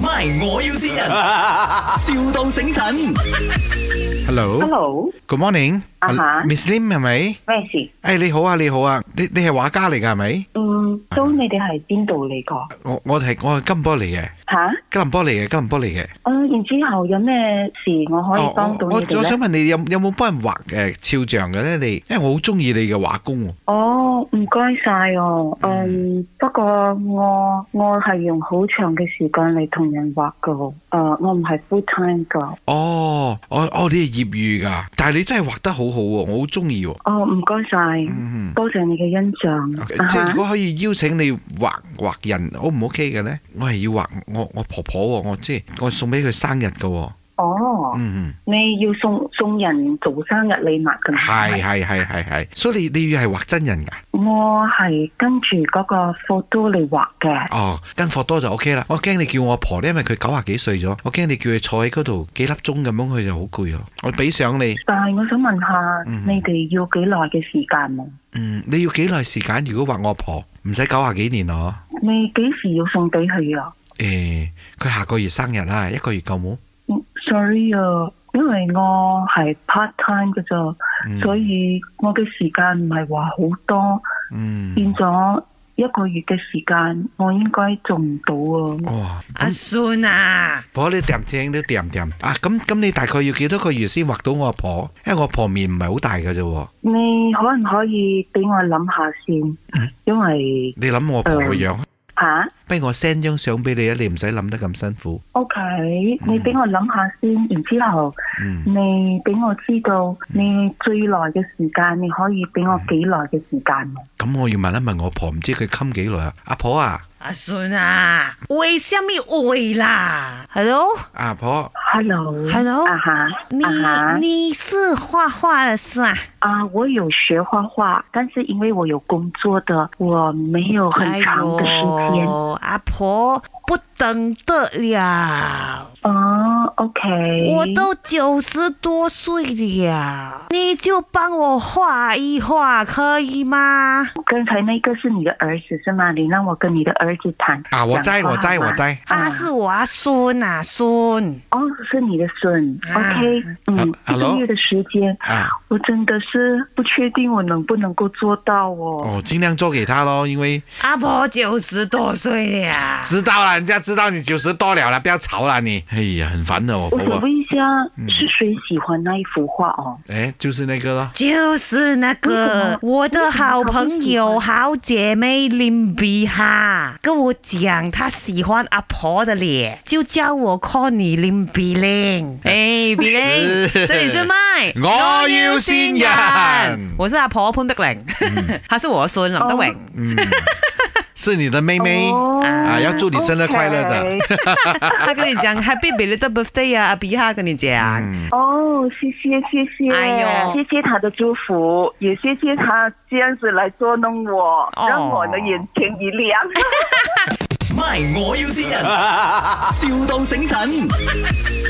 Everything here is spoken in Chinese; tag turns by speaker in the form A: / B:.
A: My，我要先人，,笑到醒神。
B: Hello。
C: Hello，
B: Good morning。
C: 啊哈
B: Miss Lim 係咪？
C: 咩事？
B: 誒你好啊你好啊，你你係畫家嚟㗎係咪？
C: 嗯，都你哋係邊度嚟個？
B: 我我係我係金波嚟嘅，
C: 吓？
B: 吉林波嚟嘅，吉林波嚟嘅。哦
C: 啊，然之後有咩事我可以幫到
B: 我我
C: 你哋
B: 我想
C: 咧？
B: 問你有有冇幫人畫誒肖像嘅咧？你因為我好中意你嘅畫工喎。
C: 哦，唔該晒哦。嗯，不過我我係用好長嘅時間嚟同人畫噶。誒、我唔係 full time 噶。
B: 哦，哦哦，你係業餘㗎，但係你真係畫得好好喎，我好中意喎。
C: 哦，唔該晒，
B: 嗯
C: 多謝你嘅欣賞。
B: OK，
C: 啊
B: 即係
C: 哈
B: 如果可以邀請你畫畫人，O 唔 OK 嘅咧？我係要畫我我婆婆喎，我即係我送俾佢生日嘅喎。
C: 哦，
B: 嗯嗯。
C: 你要送送人做生日禮物 㗎嘛？
B: 係係係係係，所以你你要係畫真 人㗎？
C: 我係跟住嗰個 photo 嚟畫嘅。
B: 哦，跟貨多就 O K 啦。我驚你叫我阿婆咧，因為佢九啊幾歲咗，我驚你叫佢坐喺嗰度幾粒鐘咁樣，佢就好攰咯。我俾上你，
C: 但係我想問下，
B: 嗯
C: 你哋要幾耐嘅時間啊？
B: 嗯，你要幾耐時間？如果話我阿婆唔使九啊幾年咯，
C: 你幾時要送俾佢啊？
B: 誒，佢下個月生日啦，一個月夠冇？
C: 嗯 sorry 啊，因為我係 part time 嘅咋，
B: 嗯
C: 所，以我嘅時間唔係話好多，變
B: 嗯，
C: 咗一個月嘅時間，我應該做唔到啊。
B: 哇，
D: 阿孫啊，
B: 婆哦你掂正都掂掂啊！咁咁你大概要幾多個月先畫到我阿婆？因為我阿婆面唔係好大嘅啫喎，
C: 你可唔可以俾我諗下
B: 嗯
C: 先？因為
B: 你諗我阿婆個樣，
C: 嗯吓、
B: 不如我 send 張相俾你啊，你唔使諗得咁辛苦。
C: o k 你俾我諗下先，然之後
B: 嗯，
C: 你俾我知道你最耐嘅時間，你可以俾我幾耐嘅時間啊？
B: 咁我要問一問我阿婆，唔知佢襟幾耐啊？阿婆啊！
D: 阿孫啊，為什麼為啦？Hello，
B: 阿婆，
C: Hello，
D: Hello
C: 啊哈，
D: 你
C: 啊哈，
D: 你是画画的是吧？
C: 啊，我有学画画，但是因为我有工作的，我没有很长的时间。
D: 哎呦，阿婆不等得了，
C: 哦，OK，
D: 我都九十多岁了，你就帮我画一画可以吗？
C: 刚才那个是你的儿子是吗？你让我跟你的儿子谈
B: 啊，我在，
C: 讲
B: 我
C: 话
B: 在，
C: 好吗
B: 我在。啊
D: 他啊是我阿孙啊孙，
C: 哦，是你的孙
D: 啊
C: ，OK，嗯，一
B: Hello？
C: 个月的时间，
B: 啊，
C: 我真的是不确定我能不能够做到哦。
B: 哦，尽量做给他咯，因为
D: 阿婆九十多岁了。
B: 知道了，人家知道你九十多了了，不要吵了你。哎呀，很烦的我
C: 我
B: 婆
C: 想
B: 婆。
C: 问一下
B: 嗯，
C: 是谁喜欢那一幅画哦？
B: 哎，就是那个咯。
D: 就是那
C: 为什
D: 个
C: 么
D: 我的好朋友、好姐妹林比哈，跟我讲她喜欢阿婆的脸，就叫我 call 你林比玲。
E: 诶，比玲，
B: 是
E: 哎这里是麦，
B: 我要先人
E: 我是阿婆潘碧玲， 他是我的孙林德
D: 哦
E: 荣。
B: 嗯，是你的妹妹
C: 哦
B: 啊，要祝你生日快乐的。
C: OK
E: 他跟你讲 Happy belated birthday 啊，阿比哈跟你讲，
B: 嗯，
C: 哦，谢谢谢谢，
E: 哎呦
C: 谢谢他的祝福，也谢谢他这样子来捉弄我，
E: 哦
C: 让我的眼前一亮。
A: My，我要先人，,笑到醒神。